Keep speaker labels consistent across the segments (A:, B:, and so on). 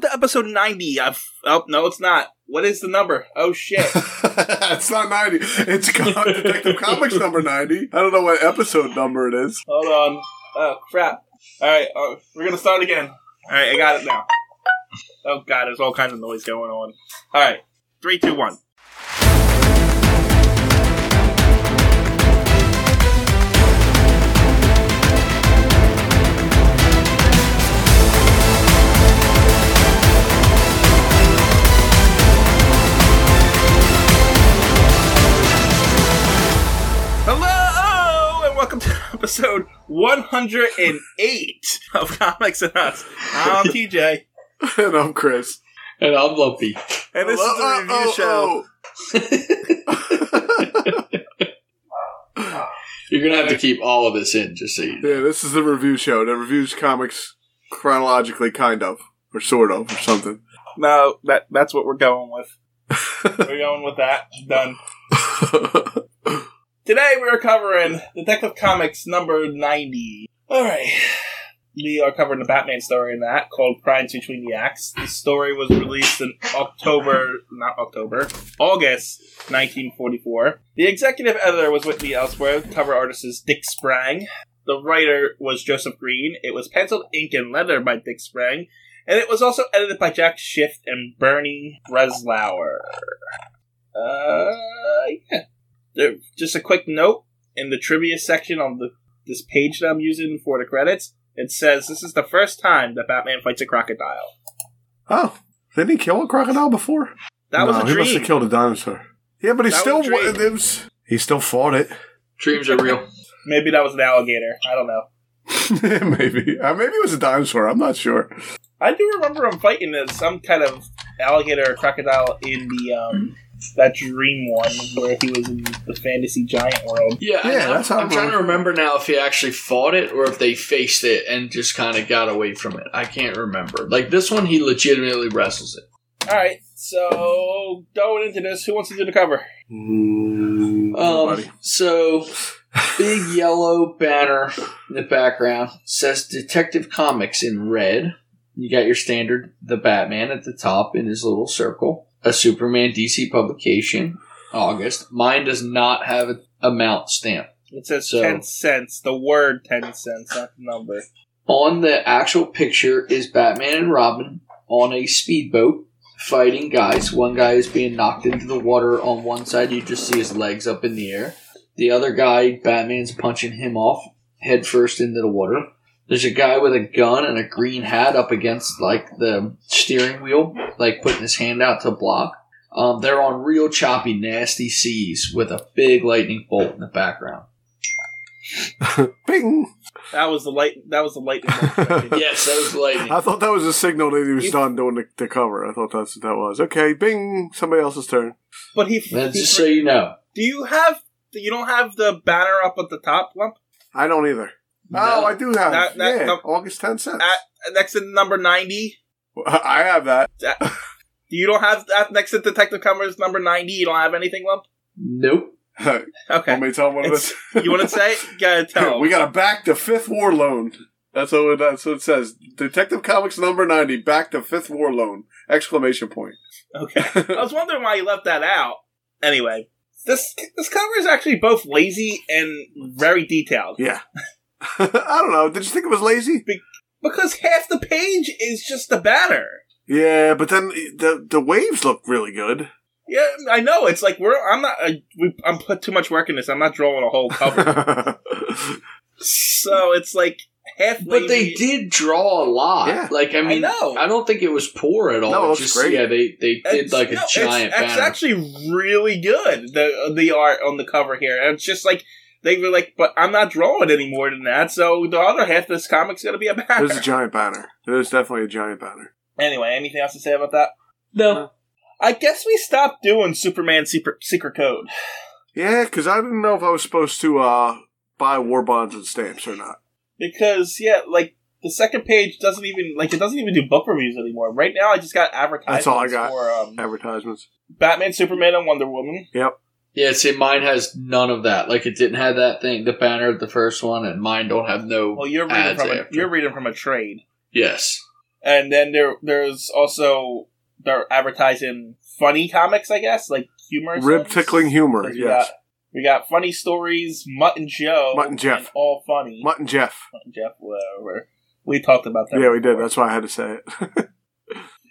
A: to episode 90. I've, oh, no, it's not. What is the number? Oh, shit.
B: it's not 90. It's Con- Detective Comics number 90. I don't know what episode number it is.
A: Hold on. Oh, crap. All right, uh, we're going to start again. All right, I got it now. Oh, God, there's all kinds of noise going on. All right, three, two, one. Hello, and welcome to episode 108 of Comics and Us. I'm TJ,
B: and I'm Chris.
C: And I'm Lumpy.
A: and this is the
B: Hello-
A: review
B: oh, oh,
A: show.
B: oh.
C: You're gonna have to keep all of this in, just so you know.
B: Yeah, this is the review show that reviews comics chronologically, kind of, or sort of, or something.
A: No, that that's what we're going with. we're going with that. Done. Today we are covering Detective Comics number 90. Alright. We are covering the Batman story in that called Crimes Between the Acts. The story was released in October, not October, August 1944. The executive editor was Whitney Ellsworth, cover artist is Dick Sprang. The writer was Joseph Green. It was penciled ink and leather by Dick Sprang. And it was also edited by Jack Schiff and Bernie Breslauer. Uh, there, just a quick note in the trivia section on the this page that I'm using for the credits. It says this is the first time that Batman fights a crocodile.
B: oh, didn't he kill a crocodile before?
A: That was
B: No,
A: a
B: He must
A: dream.
B: have killed a dinosaur. Yeah, but he
A: That
B: still
A: was a dream.
B: it was- he still fought it.
C: Dreams are real.
A: Maybe that was an alligator. I don't know.
B: maybe, uh, maybe it was a dinosaur. I'm not sure.
A: I do remember him fighting as some kind of alligator or crocodile in the um that dream one where he was in the fantasy giant world.
C: Yeah,
B: Yeah,
C: and I'm,
B: that's how
C: I'm
B: it
C: trying to
B: works.
C: remember now if he actually fought it or if they faced it and just kind of got away from it. I can't remember. Like this one, he legitimately wrestles it.
A: All right, so going into this, who wants to do the cover?
C: Um,
B: Nobody.
C: so big yellow banner in the background says Detective Comics in red. You got your standard the Batman at the top in his little circle. A Superman DC publication, August. Mine does not have a amount stamp.
A: It says
C: So-
A: ten cents. The word ten cents, not the number.
C: On the actual picture is Batman and Robin on a speedboat fighting guys. One guy is being knocked into the water on one side. You just see his legs up in the air. The other guy, Batman's punching him off head first into the water. There's a guy with a gun and a green hat up against like the steering wheel, like putting his hand out to block. Um, they're on real choppy, nasty seas with a big lightning bolt in the background.
B: Bing.
A: That was the light. That was the lightning. bolt.
C: Yes, that was lightning.
B: I thought that was a signal that he was
A: You-
B: done doing the, the cover. I thought that's what that was. Okay, bing. Somebody else's turn.
A: But he.
C: That's
A: he-
C: just so you know.
A: do you have? You don't have the banner up at the top lump
B: I don't either.
C: No.
B: Oh, I do have.
A: That- that-
B: yeah,
A: no.
B: August 10 cents.
A: Uh, next to number ninety.
B: I have that.
A: You don't have that next to Detective Cummers number ninety. You don't have anything lump.
C: Nope.
A: Okay,
B: Let me to tell what it
A: It's-
B: is.
A: you want to say? it? You gotta tell.
B: we got to back to Fifth War Loan. That's what, it, that's what it says. Detective Comics number 90, back to Fifth War Loan. Exclamation point.
A: okay. I was wondering why you left that out. Anyway, this this cover is actually both lazy and very detailed
B: yeah. I don't know. Did you think it was lazy?
A: because half the page is just the banner.
B: Yeah, but then the the waves look really good.
A: Yeah, I know. It's like we're. I'm not. I, we, I'm put too much work in this. I'm not drawing a whole cover. so it's like half.
C: But they
A: lazy-
C: did draw a lot.
B: Yeah.
C: Like I
A: I
C: mean, I,
A: know.
C: don't think it was poor at all.
B: No, it looks
C: Just
B: great.
C: yeah, they they did
A: It's-
C: like a
A: no, it's-
C: giant
A: It's,
C: banner.
A: actually really good. The the art on the cover here. And It's just like they were like, but I'm not drawing any more than that. So the other half of this comic's gonna be a banner.
B: There's a giant banner. There's definitely a giant banner.
A: anyway, anything else to say about that?
C: no,
A: I guess we stopped doing Superman secret secret code.
B: Yeah, because I didn't know if I was supposed to uh, buy war bonds and stamps or not.
A: Because yeah, like the second page doesn't even like it doesn't even do book reviews anymore. Right now, I just got advertisements
B: That's all I got.
A: for um,
B: Advertisements.
A: Batman, Superman, and Wonder Woman.
C: yeah. See, mine has none of that. Like it didn't have that thing, the banner of the first one, and mine don't have no.
B: Ah,
A: Well, you're reading
C: Ads
A: from a,
C: after.
A: you're reading from a trade.
C: Yes,
A: And then there there's also they're advertising funny comics, I guess, like humor.
B: Rib tickling humor.
A: We got
B: Yes.
A: we got funny stories, Mutt and Joe,
B: Mutt and Jeff.
A: and all funny.
B: Mutt and Jeff.
A: Mutt and Jeff, whatever. We talked about that.
B: Yeah, we did.
A: before.
B: That's why I had to say it.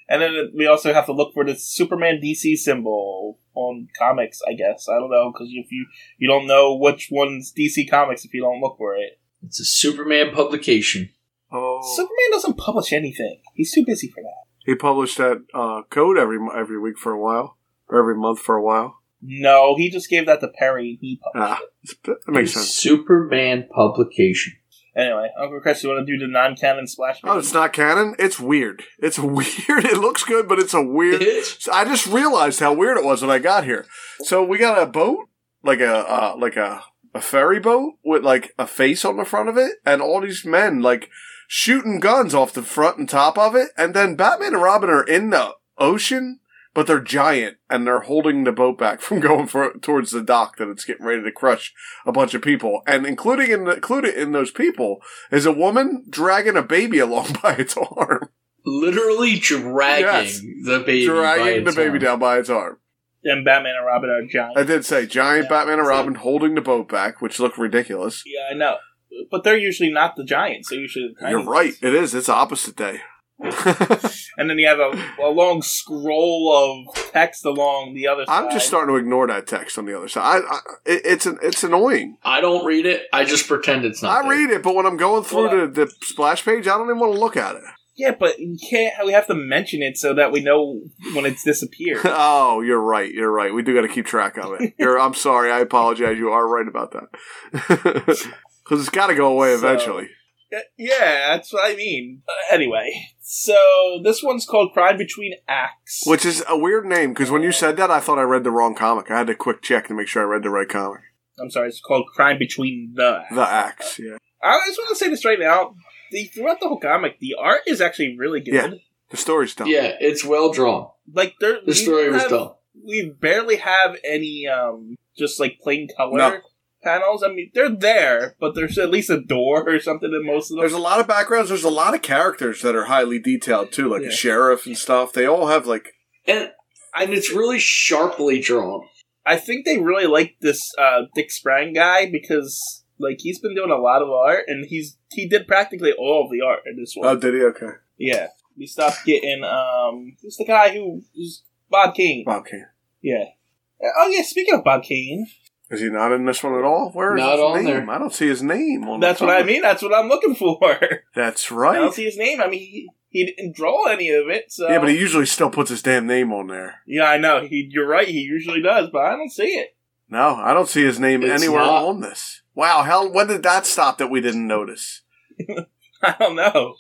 A: And then we also have to look for the Superman DC symbol on comics, I guess. I don't know because if you you don't know which one's DC comics if you don't look for it.
C: It's a Superman publication.
B: Oh,
A: Superman doesn't publish anything. He's too busy for that.
B: he published that uh, code every mo- every week for a while, or every month for a while.
A: No, he just gave that to Perry. He published
B: Ah, it's- that makes
C: It's
B: sense.
C: Superman publication.
A: it. Anyway, Uncle Chris, you want to do the non-canon splash?
B: Oh, it's not canon. It's weird. It's weird. It looks good, but it's a weird.
C: It's
B: So I just realized how weird it was when I got here. So we got a boat, like a uh, like a a ferry boat with like a face on the front of it, and all these men like shooting guns off the front and top of it, and then Batman and Robin are in the ocean, but they're giant and they're holding the boat back from going for towards the dock that it's getting ready to crush a bunch of people, and including in included in those people is a woman dragging a baby along by its arm,
C: literally dragging
B: Yes.
C: the baby.
B: dragging
C: by
B: the
C: its
B: baby
C: arm.
B: down by its arm.
A: Then Batman and Robin are giant.
B: I did say giant
A: Yeah,
B: Batman and
A: so-
B: Robin holding the boat back, which looked ridiculous.
A: yeah, I know, but they're usually not the giants. They're usually the tiny
B: You're
A: ones.
B: right. It is. It's opposite day.
A: And then you have a, a long scroll of text along the other side.
B: I'm just starting to ignore that text on the other side. I, I, it- it's an, it's annoying.
C: I don't read it. I just pretend it's not.
B: I read it, but when I'm going through
A: Well,
B: the, the splash page, I don't even want to look at it.
A: Yeah, but you can't. We have to mention it so that we know when it's disappeared.
B: oh, you're right. You're right. We do got to keep track of it. You're, I'm sorry. I apologize. You are right about that. Because it's got to go away
A: So-
B: eventually.
A: Uh, yeah, that's what I mean. Uh, anyway, so this one's called Crime Between Acts.
B: Which is a weird name, because when you said that, I thought I read the wrong comic. I had to quick check to make sure I read the right comic.
A: I'm sorry, it's called Crime Between the.
B: The Axe, yeah.
A: I just want to say this right now. The, throughout the whole comic, the art is actually really good.
B: Yeah. The story's done.
C: Yeah, it's well drawn.
A: Like there,
C: The story was
A: done.
C: dumb.
A: we barely have any um just like plain color
B: No.
A: panels. I mean, they're there, but there's at least a door or something in most of them.
B: There's a lot of backgrounds. There's a lot of characters that are highly detailed too, like
A: Yeah.
B: a sheriff and stuff. They all have like
C: And and it's really sharply drawn.
A: I think they really like this uh, Dick Sprang guy because like he's been doing a lot of art and he's he did practically all of the art in this
B: oh,
A: one.
B: did he? Okay,
A: yeah, we stopped getting um who's the guy who who's Bob Kane?
B: Bob Kane.
A: Yeah. Uh, Oh yeah, speaking of Bob Kane,
B: Is he not in this one at all? Where is
C: Not
B: his
C: on
B: name?
C: there.
B: I don't see his name. On the
A: that's what I
B: cover.
A: mean. That's what I'm looking for.
B: That's
A: I don't
B: right.
A: see uh, his name. I mean, he, he didn't draw any of it. So
B: Yeah, but he usually still puts his damn name on there.
A: Yeah, I know. He, you're right. He usually does, but I don't see it.
B: No, I don't see his name
C: It's
B: anywhere
C: not.
B: on this. Wow, how when did that stop that we didn't notice?
A: I don't know.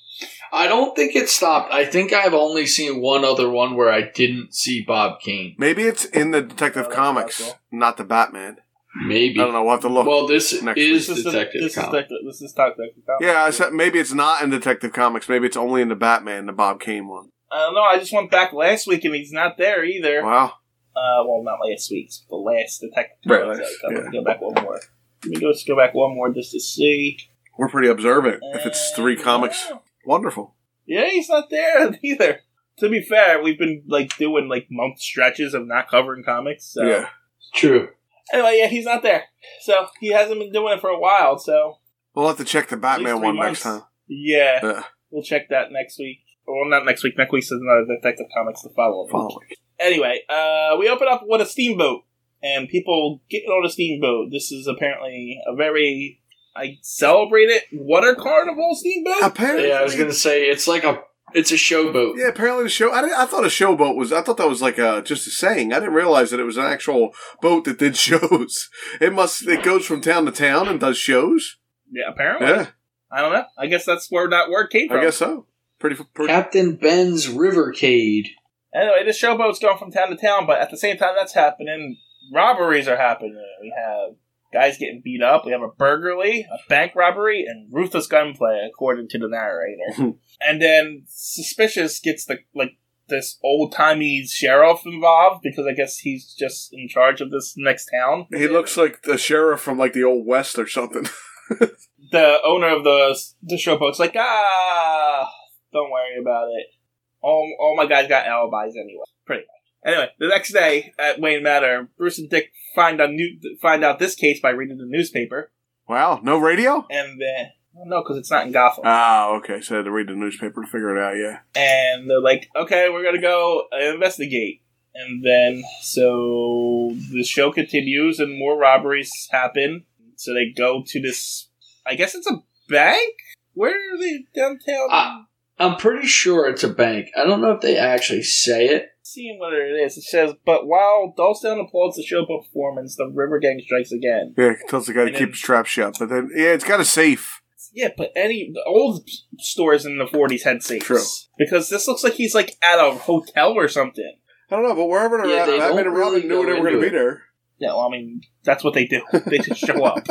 C: I don't think it stopped. I think I've only seen one other one where I didn't see Bob Kane.
B: Maybe it's in the Detective
A: Oh, that's
B: Comics,
A: possible.
B: not the Batman. I
C: Maybe.
B: don't know. We'll have to look.
C: Well, this
B: Next
C: is
A: this
C: Detective
A: is the, this
C: Comics.
A: Is the, this is Doc- Detective Comics.
B: yeah, I said maybe it's not in Detective Comics. Maybe it's only in the Batman, the Bob Kane one.
A: I don't know. I just went back last week and he's not there either.
B: Wow.
A: Uh, well, not last week's, the last Detective
B: Right,
A: Comics.
B: last-
A: I'm
B: yeah.
A: gonna go back one more. Let me go, just go back one more just to see.
B: We're pretty observant. If it's three
A: Uh,
B: comics, wonderful.
A: Yeah, he's not there either. To be fair, we've been like doing like month stretches of not covering comics. So.
B: Yeah.
C: True.
A: Anyway, yeah, he's not there. So he hasn't been doing it for a while. So
B: We'll have to check the
A: least
B: Batman
A: three
B: one
A: months.
B: next time.
A: yeah.
B: Yeah.
A: We'll check that next week. Well, not next week. Next week's is another Detective Comics, the follow up.
B: Following.
A: Anyway, uh, we open up with a steamboat, and people getting on a steamboat. This is apparently a very I celebrated water carnival steamboat.
B: Apparently,
C: Yeah,
B: yeah,
C: I was gonna say it's like a it's a showboat.
B: apparently the show. I, didn't- I thought a showboat was. I thought that was like a just a saying. I didn't realize that it was an actual boat that did shows. It must. It goes from town to town and does shows.
A: yeah, apparently.
B: Yeah,
A: I don't know. I guess that's where that word came from.
B: I guess so. Pretty. pretty
C: Captain Ben's Rivercade.
A: Anyway, this showboat's going from town to town, but at the same time that's happening, robberies are happening. We have guys getting beat up, we have a burglary, a bank robbery, and ruthless gunplay, according to the narrator. and then Suspicious gets the like this old timey sheriff involved because I guess he's just in charge of this next town.
B: he looks like the sheriff from like the old west or something.
A: the owner of the the showboat's like, ah, Don't worry about it. All, all my guys got alibis anyway, pretty much. Anyway, the next day at Wayne Manor, Bruce and Dick find out new find out this case by reading the newspaper,
B: Wow, no radio?
A: and then no, because it's not in Gotham.
B: Ah, okay. So I had to read the newspaper to figure it out. Yeah.
A: and they're like, okay, we're gonna go investigate. And then, so the show continues, and more robberies happen. So they go to this, I guess it's a bank. Where are they downtown?
C: Ah. I'm pretty sure it's a bank. I don't know if they actually say it.
A: Seeing whether it is, it says, but while Dalston applauds the show performance, the River Gang strikes again.
B: Yeah, it tells the guy to
A: And
B: keep
A: then-
B: his trap shut. But then, yeah, it's got a safe.
A: Yeah, but any the old stores in the forties had safes
B: True.
A: because this looks like he's like at a hotel or something.
B: I don't know, but wherever they're
C: Yeah,
B: at,
C: they
B: Batman
C: don't
B: and Robin
C: really
B: knew
C: go
B: they were going to
C: into
B: be
C: it.
B: there.
A: Yeah, well, I mean, that's what they do. They just show up.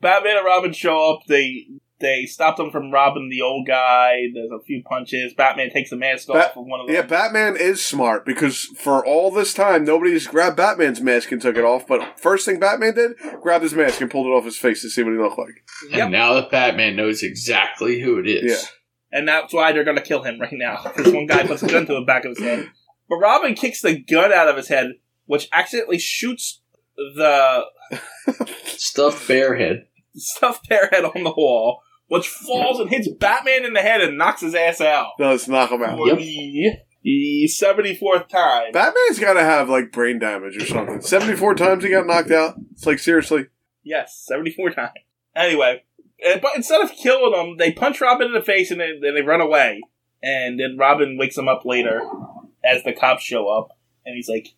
A: Batman and Robin show up. They they stop them from robbing the old guy. There's a few punches. Batman takes the mask
B: Bat-
A: off of one of them.
B: Yeah, Batman is smart because for all this time, nobody's grabbed Batman's mask and took it off. But first thing Batman did, grabbed his mask and pulled it off his face to see what he looked like.
A: Yep.
C: And now that Batman knows exactly who it is.
B: Yeah.
A: And that's why they're gonna kill him right now. Because one guy puts a gun to the back of his head. But Robin kicks the gun out of his head, which accidentally shoots the
C: Stuffed bear head.
A: stuffed bear head on the wall, which falls and hits Batman in the head and knocks his ass out.
B: No, let's knock him out.
A: For the, the 74th time.
B: Batman's got to have like brain damage or something. Seventy-four times he got knocked out. It's like seriously.
A: Yes, 74 times. Anyway, uh, but instead of killing him, they punch Robin in the face and then then they run away. And then Robin wakes him up later as the cops show up. And he's like,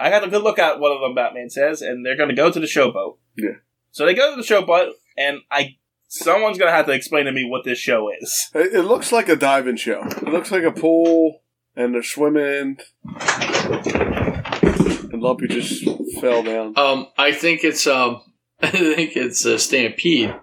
A: I got a good look at one of them, Batman says. And they're going to go to the showboat.
B: Yeah.
A: So they go to the showboat, and I. Someone's gonna have to explain to me what this show is.
B: It, it looks like a diving show. It looks like a pool, and they're swimming. And Lumpy just fell down.
C: Um, I think it's um, I think it's a stampede.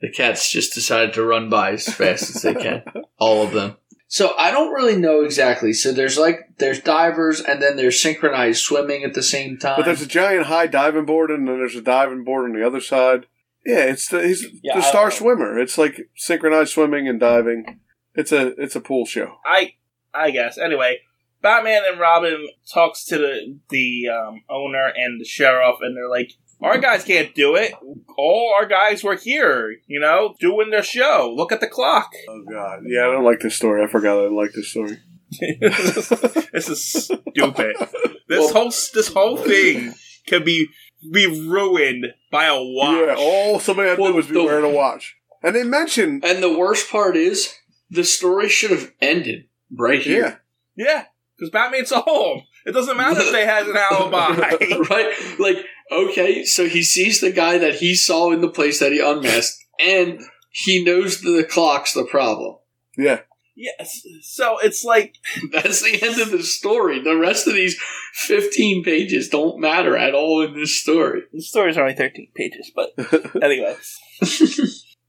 C: The cats just decided to run by as fast as they can, all of them. So I don't really know exactly. So there's like there's divers, and then there's synchronized swimming at the same time.
B: But there's a giant high diving board, and then there's a diving board on the other side. Yeah, it's the he's
A: Yeah,
B: the
A: I
B: star
A: don't know.
B: swimmer. It's like synchronized swimming and diving. It's a it's a pool show.
A: I, I guess. Anyway, Batman and Robin talks to the the um, owner and the sheriff, and they're like, "Our guys can't do it. All our guys were here, you know, doing their show. Look at the clock.
B: Oh god, yeah, I don't like this story. I forgot I didn't like this story.
A: this is stupid. This
C: Well-
A: whole this whole thing could be be ruined by a
B: Yeah,
A: watch.
B: all somebody had to
C: Well,
B: do was be
C: the-
B: wearing a watch. And they mentioned
C: and the worst part is the story should have ended right here.
B: yeah,
A: yeah, because Batman's home. It doesn't matter if they has an alibi.
C: right? Like, okay, so he sees the guy that he saw in the place that he unmasked, and he knows that the clock's the problem.
B: yeah.
A: yes, so it's like
C: That's the end of the story. The rest of these 15 pages don't matter at all in this story.
A: The story's only 13 pages, but anyway.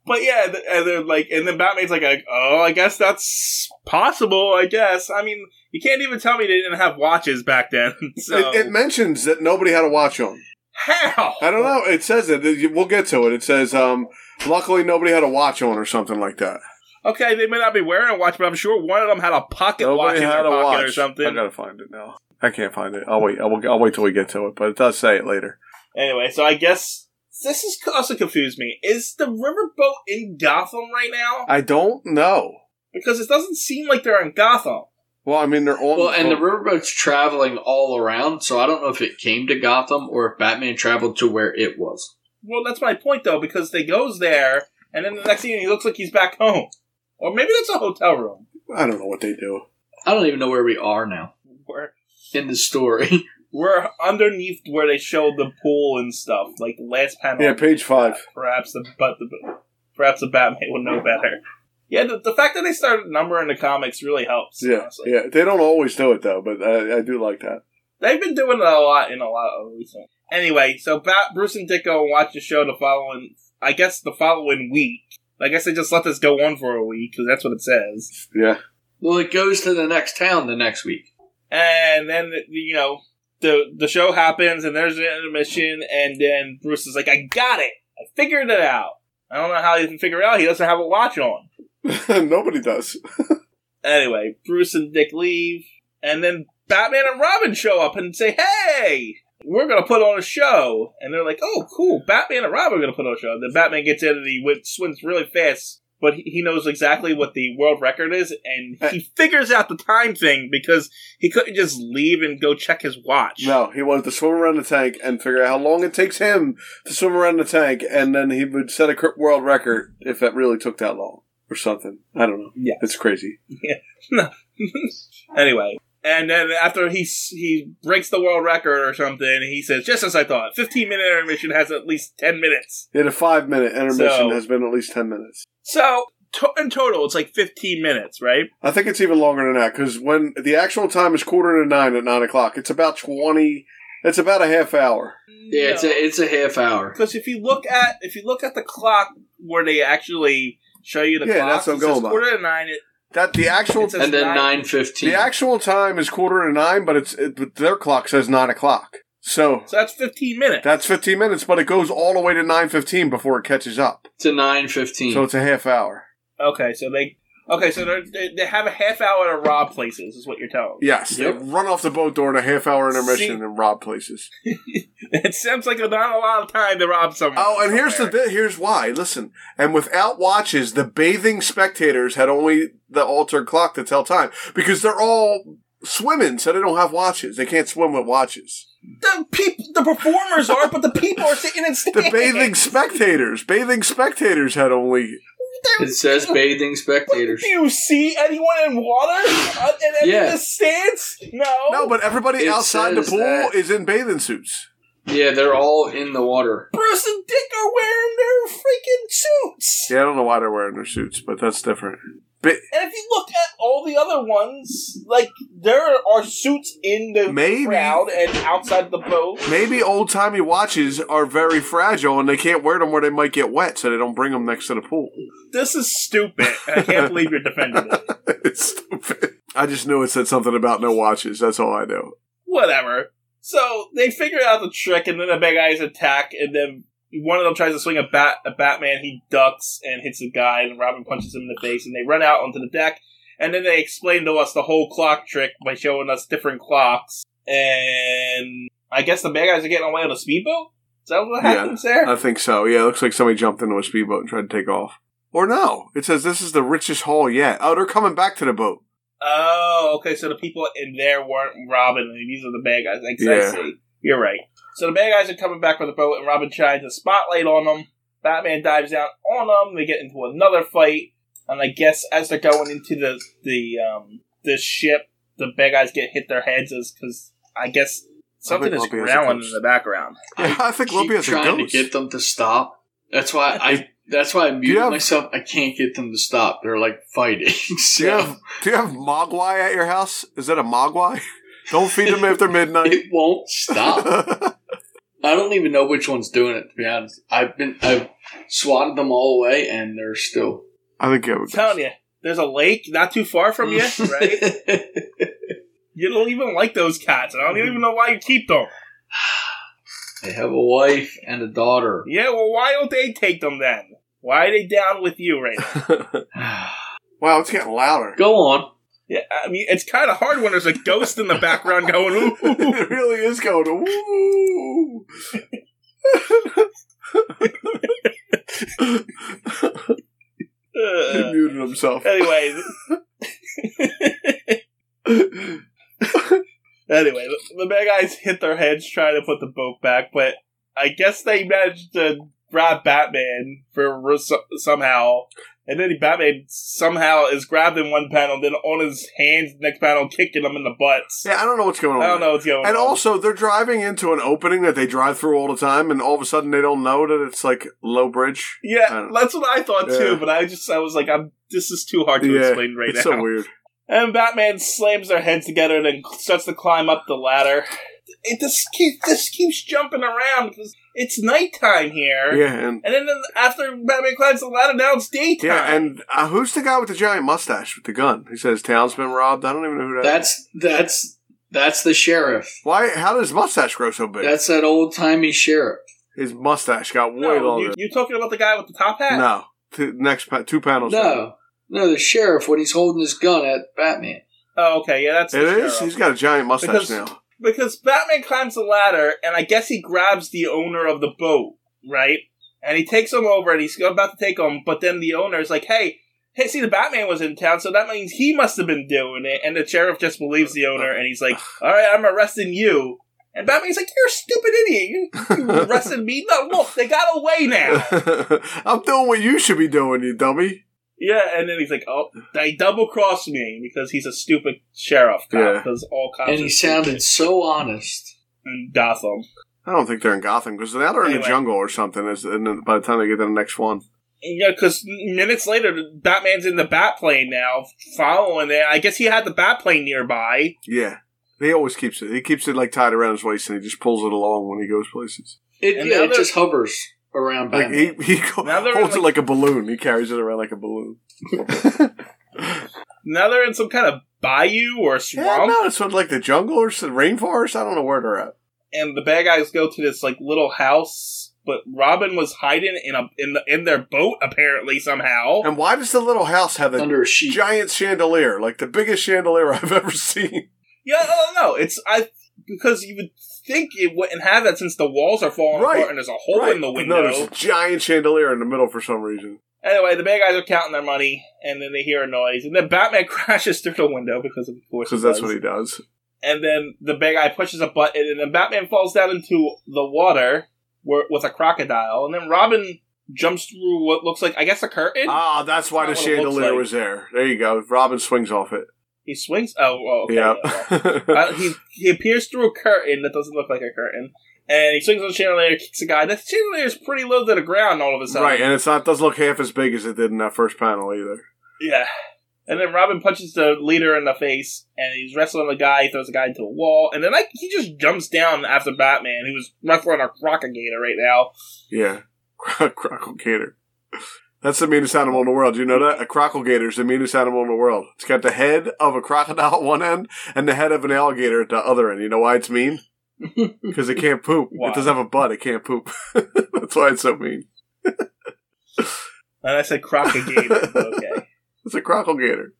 A: but yeah, th- and then like, and then Batman's like, like, oh, I guess that's possible. I guess. I mean, you can't even tell me they didn't have watches back then. So
B: It, it mentions that nobody had a watch on.
A: how?
B: I don't know. It says it. It- We'll get to it. It says, um, luckily nobody had a watch on or something like that.
A: Okay, they may not be wearing a watch, but I'm sure one of them had a pocket watch in their pocket or
B: I
A: something.
B: gotta find it now. I can't find it. I'll wait. I will, I'll wait till we get to it. But it does say it later.
A: Anyway, so I guess this is also confused me. Is the riverboat in Gotham right now?
B: I don't know.
A: Because it doesn't seem like they're in Gotham.
B: Well, I mean, they're on.
C: Well, and the riverboat's traveling all around, so I don't know if it came to Gotham or if Batman traveled to where it was.
A: Well, that's my point though, because they goes there, and then the next thing he looks like he's back home, or maybe that's a hotel room.
B: I don't know what they do.
C: I don't even know where we are now
A: We're
C: in the story.
A: we're underneath where they showed the pool and stuff, like the last panel.
B: Yeah, page five.
A: Perhaps the but the perhaps the Batman would know better. Yeah, the, the fact that they started numbering the comics really helps.
B: Yeah,
A: honestly.
B: yeah. They don't always do it though, but I, I do like that.
A: They've been doing it a lot in a lot of recent. Anyway, so Bat, Bruce and Dick go and watch the show the following, I guess the following week. I guess they just let this go on for a week because that's what it says.
B: Yeah,
C: well, it goes to the next town the next week.
A: and then you know the the show happens and there's an intermission and then bruce is like i got it i figured it out i don't know how he can figure it out he doesn't have a watch on
B: Nobody does.
A: Anyway, Bruce and Dick leave, and then Batman and Robin show up and say, "Hey, we're gonna put on a show." And they're like, "Oh, cool! Batman and Robin are gonna put on a show." And then Batman gets in and he wins, swims really fast, but he, he knows exactly what the world record is, and he figures out the time thing because he couldn't just leave and go check his watch.
B: No, he wanted to swim around the tank and figure out how long it takes him to swim around the tank, and then he would set a cr- world record if that really took that long or something. I don't know.
A: Yeah.
B: it's crazy.
A: anyway, and then after he s- he breaks the world record or something, he says, "Just as I thought, fifteen minute intermission has at least ten minutes."
B: Yeah, a five minute intermission
A: So-
B: has been at least ten minutes.
A: So to- in total, it's like fifteen minutes, right?
B: I think it's even longer than that because when the actual time is quarter to nine at nine o'clock, it's about twenty. It's about a half hour.
C: Yeah, it's a it's a half hour.
A: because if you look at if you look at the clock where they actually show you the
B: Yeah,
A: clock,
B: that's what I'm
A: it says
B: going by.
A: quarter to nine. It,
B: That the actual
A: It's a-
C: And then
A: nine-
C: nine fifteen.
B: the actual time is quarter to nine, but it's it, but their clock says nine o'clock. So
A: so that's fifteen minutes.
B: that's fifteen minutes, but it goes all the way to nine fifteen before it catches up.
C: to nine fifteen.
A: Hmm.
B: So it's a half hour.
A: okay, so they okay, so they're- they they have a half hour to rob places, is what you're telling. me.
B: Yes,
C: Yep.
B: they run off the boat during a half hour intermission
A: See-
B: and rob places.
A: it sounds like there's not a lot of time to rob someone.
B: Oh, and here's the
A: somewhere.
B: bit. Here's why. Listen, and without watches, the bathing spectators had only the altered clock to tell time because they're all swimming, so they don't have watches. They can't swim with watches.
A: the people, the performers are, but the people are sitting in
B: The
A: stands.
B: bathing spectators, bathing spectators had only.
A: They're-
C: it says bathing spectators.
A: Do you see anyone in water uh, in any
C: Yeah.
A: of the stands? No.
B: No, but everybody
C: It
B: outside the
C: says
B: pool
C: that-
B: is in bathing suits.
C: Yeah, they're all in the water.
A: Bruce and Dick are wearing their freaking suits.
B: Yeah, I don't know why they're wearing their suits, but that's different.
A: And if you look at all the other ones, like there are suits in the
B: Maybe.
A: crowd and outside the boat.
B: Maybe old timey watches are very fragile and they can't wear them where they might get wet, so they don't bring them next to the pool.
A: This is stupid. I can't believe you're defending it.
B: it's stupid. I just knew it said something about no watches. That's all I know.
A: Whatever. So they figure out the trick, and then the bad guys attack, and then one of them tries to swing a bat a Batman. He ducks and hits a guy, and Robin punches him in the face, and they run out onto the deck. And then they explain to us the whole clock trick by showing us different clocks. And I guess the bad guys are getting away on a speedboat. Is that what
B: Yeah.
A: happens there?
B: I think so. Yeah, it looks like somebody jumped into a speedboat and tried to take off. Or no, it says this is the richest haul yet. Oh, they're coming back to the boat.
A: Oh, okay. So the people in there weren't Robin. and These are the bad guys. I, I
B: Yeah.
A: see. You're right. So the bad guys are coming back with the boat, and Robin shines a spotlight on them. Batman dives down on them. They get into another fight, and I guess as they're going into the the um the ship, the bad guys get hit their heads as because I guess something is
B: Lumpy has a
A: growling in
B: ghost.
A: the background.
B: Yeah, I think
C: Keep
B: Lumpy has a
C: trying to
B: ghost.
C: get them to stop. That's why I. That's why I muted
B: have-
C: myself. I can't get them to stop. They're like fighting.
B: do, you
C: So
B: have, do you have Mogwai at your house? Is that a Mogwai? Don't feed them after midnight.
C: it won't stop. I don't even know which one's doing it. To be honest, I've been I've swatted them all away, and they're still
B: I think you have a
A: I'm
B: ghost.
A: telling you, there's a lake not too far from you, right? You don't even like those cats, and I don't even know why you keep them.
C: they have a wife and a daughter.
A: Yeah, well, why don't they take them then? Why are they down with you right now?
B: wow, it's getting louder.
C: Go on.
A: Yeah, I mean, it's kind of hard when there's a ghost in the background going, ooh, ooh, ooh."
B: it really is going. Ooh. he
A: Uh,
B: muted himself.
A: anyway. anyway, the- the bad guys hit their heads trying to put the boat back, but I guess they managed to grab Batman for ro- so- somehow. And then Batman somehow is grabbed in one panel, then on his hands, next panel, kicking him in the butts.
B: Yeah, I don't know what's going on.
A: I don't know what's going on.
B: And also, they're driving into an opening that they drive through all the time, and all of a sudden they don't know that it's like low bridge. I
A: Yeah,
B: don't-
A: that's what I thought too.
B: Yeah.
A: But I just I was like, I'm this is too hard to
B: Yeah,
A: explain right
B: it's
A: now.
B: so weird.
A: And Batman slams their heads together and then starts to climb up the ladder. It just keeps this keeps jumping around because it's nighttime here.
B: Yeah, and
A: And then after Batman climbs the ladder, now it's daytime.
B: yeah, and uh, who's the guy with the giant mustache with the gun? He says town's been robbed. I don't even know who that is.
C: That's that's that's the sheriff.
B: Why? How does his mustache grow so big?
C: That's that old timey sheriff.
B: his mustache got way
A: no,
B: longer.
A: you, you talking about the guy with the top hat?
B: No, T- next pa- two panels. down.
C: No, No, the sheriff when he's holding his gun at Batman.
A: Oh, okay, yeah, that's
B: It
A: the
B: is.
A: sheriff.
B: He's got a giant mustache
A: Because-
B: now.
A: because Batman climbs the ladder, and I guess he grabs the owner of the boat, right? And he takes him over, and he's about to take him, but then the owner is like, "Hey, hey, see, the Batman was in town, so that means he must have been doing it." And the sheriff just believes the owner, and he's like, "All right, I'm arresting you." And Batman's like, "You're a stupid idiot! You- You arrested me? No, look, they got away now."
B: I'm doing what you should be doing, you dummy.
A: Yeah, and then he's like, "Oh, they double crossed me because he's a stupid sheriff cop
B: Yeah.
A: because all cops."
C: and he
A: are
C: sounded
A: stupid
C: so honest.
A: in Gotham.
B: I don't think they're in Gotham because now they're in the
A: Anyway.
B: jungle or something. Is and then by the time they get to the next one,
A: Yeah, because minutes later, Batman's in the Batplane now, following it. I guess he had the Batplane nearby.
B: yeah, he always keeps it. He keeps it like tied around his waist and he just pulls it along when he goes places.
C: It,
A: And
C: yeah,
A: the
C: it
A: other-
C: just hovers around
B: Like
C: Batman.
B: he he go-
A: Now they're in,
B: holds it like a balloon. He carries it around like a balloon.
A: Now they're in some kind of bayou or
B: yeah,
A: swamp,
B: no, it's sort of like the jungle or some rainforest. I don't know where they're at.
A: and the bad guys go to this like little house. But Robin was hiding in a in the in their boat apparently somehow.
B: And why does the little house have a
C: under a sheet.
B: giant chandelier, like the biggest chandelier I've ever seen?
A: Yeah, I don't know. It's I because you would think it wouldn't have that since the walls are falling
B: Right,
A: apart and there's a hole in the window.
B: No, there's a giant chandelier in the middle for some reason.
A: Anyway, the bad guys are counting their money, and then they hear a noise, and then Batman crashes through the window because of course
B: Because
A: he
B: that's
A: does.
B: what he does.
A: and then the big guy pushes a button, and then Batman falls down into the water where, with a crocodile, and then Robin jumps through what looks like, I guess, a curtain.
B: Ah, that's why the
A: That's not what it looks
B: chandelier
A: like.
B: was there. There you go. Robin swings off it.
A: he swings. Oh, well, okay.
B: yeah.
A: yeah, well. Uh, he he appears through a curtain that doesn't look like a curtain, and he swings on the chandelier, kicks a guy. That chandelier is pretty low to the ground. All of a sudden,
B: right, and it's not doesn't look half as big as it did in that first panel either.
A: Yeah. And then Robin punches the leader in the face, and he's wrestling the guy, throws the guy into a wall, and then like he just jumps down after Batman, who's wrestling a crocodile right now.
B: Yeah. Crockle gator. That's the meanest animal in the world. Do you know that? A crockle gator is the meanest animal in the world. It's got the head of a crocodile at one end and the head of an alligator at the other end. You know why it's mean? Because it can't poop.
A: Why?
B: It doesn't have a butt. It can't poop. That's why it's so mean.
A: And I said crocodile, but okay,
B: It's a crockle gator.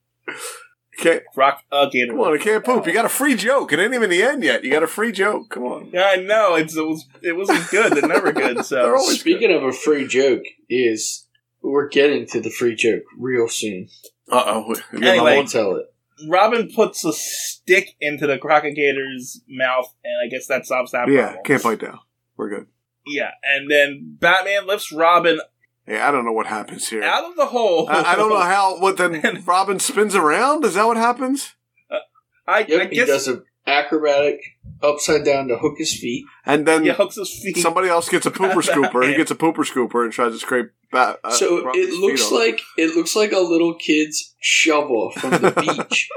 B: Can't,
A: crocodile.
B: come on, it can't poop. You got a free joke. It ain't even the end yet. You got a free joke. Come on.
A: Yeah, I know it's it was it wasn't good. They're never good.
B: They're
A: So
B: always
C: Speaking of a free joke, is we're getting to the free joke real soon.
B: Uh oh.
A: Anyway.
C: I won't tell it.
A: Robin puts a stick into the crocodile's mouth, and I guess that solves that
B: Yeah,
A: problem.
B: can't bite down. We're good.
A: Yeah, and then Batman lifts Robin
B: Hey, I don't know what happens here. I,
A: out of the hole.
B: I don't know how. What then? Robin spins around. Is that what happens?
A: I, I
C: Yep, he
A: guess
C: does an acrobatic upside down to hook his feet.
B: And then
A: he hooks his feet.
B: somebody else gets a pooper scooper. He gets a pooper scooper and tries to scrape back. uh,
C: so
B: Robin's
C: it looks
B: feet off.
C: like it looks like a little kid's shovel from the beach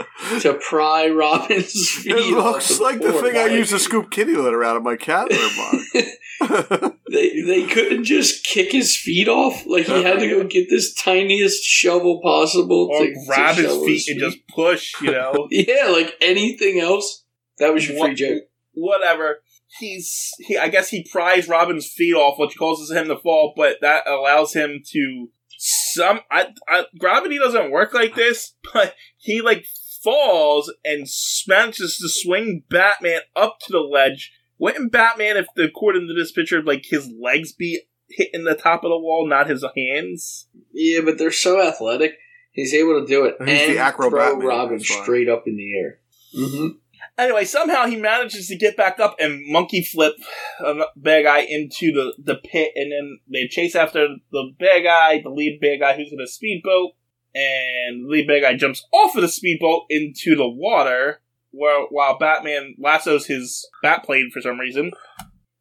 C: to pry Robin's feet.
B: It looks
C: off
B: like the
C: board.
B: thing I
C: Like,
B: use to scoop kitty litter out of my cat litter box.
C: They they couldn't just kick his feet off. Like he had to go get this tiniest shovel possible
A: or
C: to to
A: grab his
C: shovel
A: feet and just push, you know,
C: yeah, like anything else. That was your free
A: What-
C: joke.
A: whatever. He's he. I guess he pries Robin's feet off, which causes him to fall, but that allows him to some. I, I gravity doesn't work like this, but he like falls and manages to swing Batman up to the ledge. Wouldn't Batman, if the according to this picture, like his legs be hitting the top of the wall, not his hands?
C: Yeah, but they're so athletic. He's able to do it
B: He's the
C: and
B: acrobat
C: throw
B: man,
C: Robin
B: that's why.
C: straight up in the air. Mm-hmm.
A: Anyway, somehow he manages to get back up and monkey flip a bad guy into the, the pit, and then they chase after the bad guy, the lead bad guy who's in a speedboat, and the lead bad guy jumps off of the speedboat into the water, where, while Batman lassos his bat plane for some reason,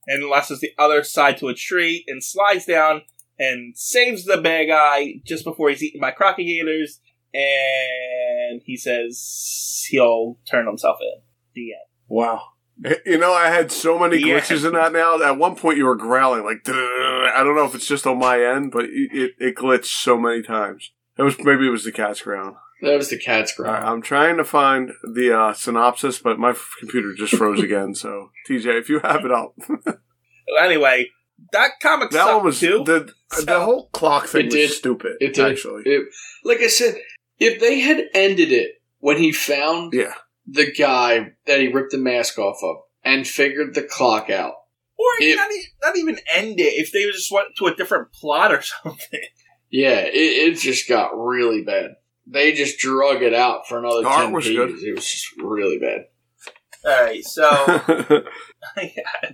A: and lassos the other side to a tree, and slides down and saves the bad guy just before he's eaten by crocodiles, and he says he'll turn himself in.
B: Wow. You know, I had so many
A: Yeah.
B: glitches in that now. At one point, you were growling, like, "Duh." I don't know if it's just on my end, but it, it, it glitched so many times. It was Maybe it was the cat's ground.
C: That was the cat's
B: All right,
C: growl.
B: I'm trying to find the uh, synopsis, but my f- computer just froze again. So, TJ, if you have it up.
A: Anyway, that comic
B: That
A: sucked
B: one was.
A: too.
B: The, the whole clock thing
C: It
B: was
C: did.
B: stupid,
C: It did.
B: actually.
C: It- like I said, If they had ended it when he found
B: Yeah.
C: the guy that he ripped the mask off of and figured the clock out.
A: Or
C: It-
A: not, e- not even end it if they just went to a different plot or something.
C: Yeah, it, it just got really bad. They just drug it out for another
B: The art
C: ten
B: was
C: pages.
B: good.
C: It was just really bad.
A: All right, so
B: yeah.
A: yeah,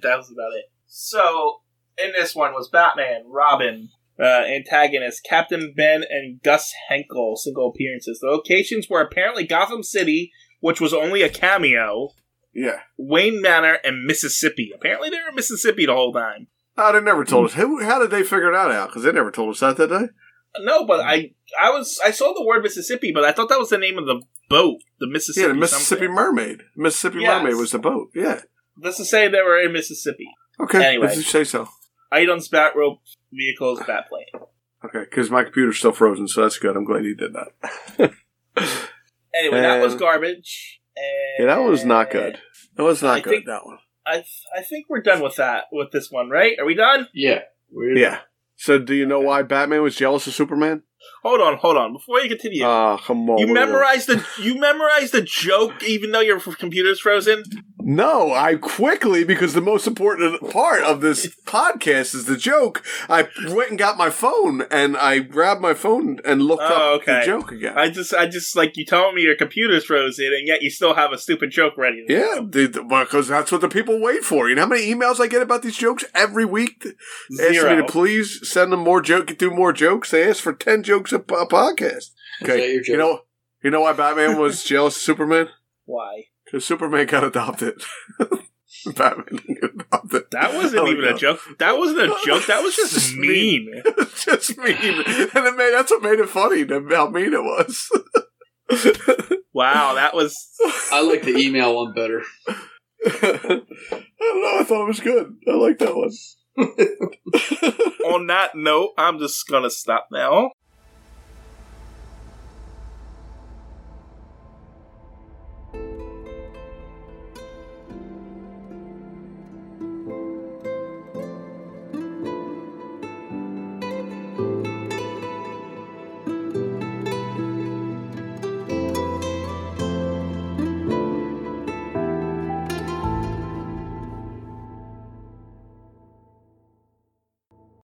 A: that was about it. So in this one was Batman, Robin, uh, antagonist Captain Ben, and Gus Henkel single appearances. The locations were apparently Gotham City, which was only a cameo. Wayne Manor and Mississippi. Apparently, they were in Mississippi the whole time.
B: Oh, they never
A: Hmm.
B: told us. Who, how did they figure that out? Because they never told us that, did they?
A: No, but I I was I saw the word Mississippi, but I thought that was the name of the boat, the Mississippi.
B: yeah, the Mississippi
A: something.
B: Mermaid. Mississippi
A: Yes.
B: Mermaid was the boat. Yeah.
A: Let's just say they were in Mississippi.
B: Okay.
A: Anyway.
B: If you say so.
A: Items, bat rope, vehicles, bat plane.
B: Okay, because my computer's still frozen, so that's good. I'm glad you did that.
A: Anyway, that was
B: Um,
A: garbage. And
B: yeah, that was not good. That was not
A: I
B: good.
A: think-
B: that one.
A: I I think we're done with that with this one, right? Are we done?
C: Yeah. Weird.
B: Yeah. So, do you know why Batman was jealous of Superman?
A: Hold on, hold on. Before you continue,
B: Ah, come on.
A: you
B: what are we-
A: memorized the you memorized the joke even though your computer's frozen.
B: No, I quickly because the most important part of this podcast is the joke. I went and got my phone and I grabbed my phone and looked
A: Oh,
B: up
A: okay.
B: the joke again.
A: I just, I just like you telling me your computer's frozen, and yet you still have a stupid joke ready.
B: yeah, because that's what the people wait for. You know how many emails I get about these jokes every week? Ask me
A: zero.
B: to please send them more joke, do more jokes. They ask for ten jokes a, a podcast.
C: Is that
B: Okay,
C: your
B: you
C: joke?
B: know, you know why Batman was jealous of Superman?
A: Why?
B: Because Superman got adopted. Batman got adopted.
A: That wasn't
B: Oh,
A: even
B: no.
A: a joke. That wasn't a joke. That was just
B: Just
A: mean.
B: It's just mean, and it made that's what made it funny. that- How mean it was.
A: Wow, that was.
C: I like the email one better.
B: I don't know. I thought it was good. I like that one.
A: On that note, I'm just gonna stop now.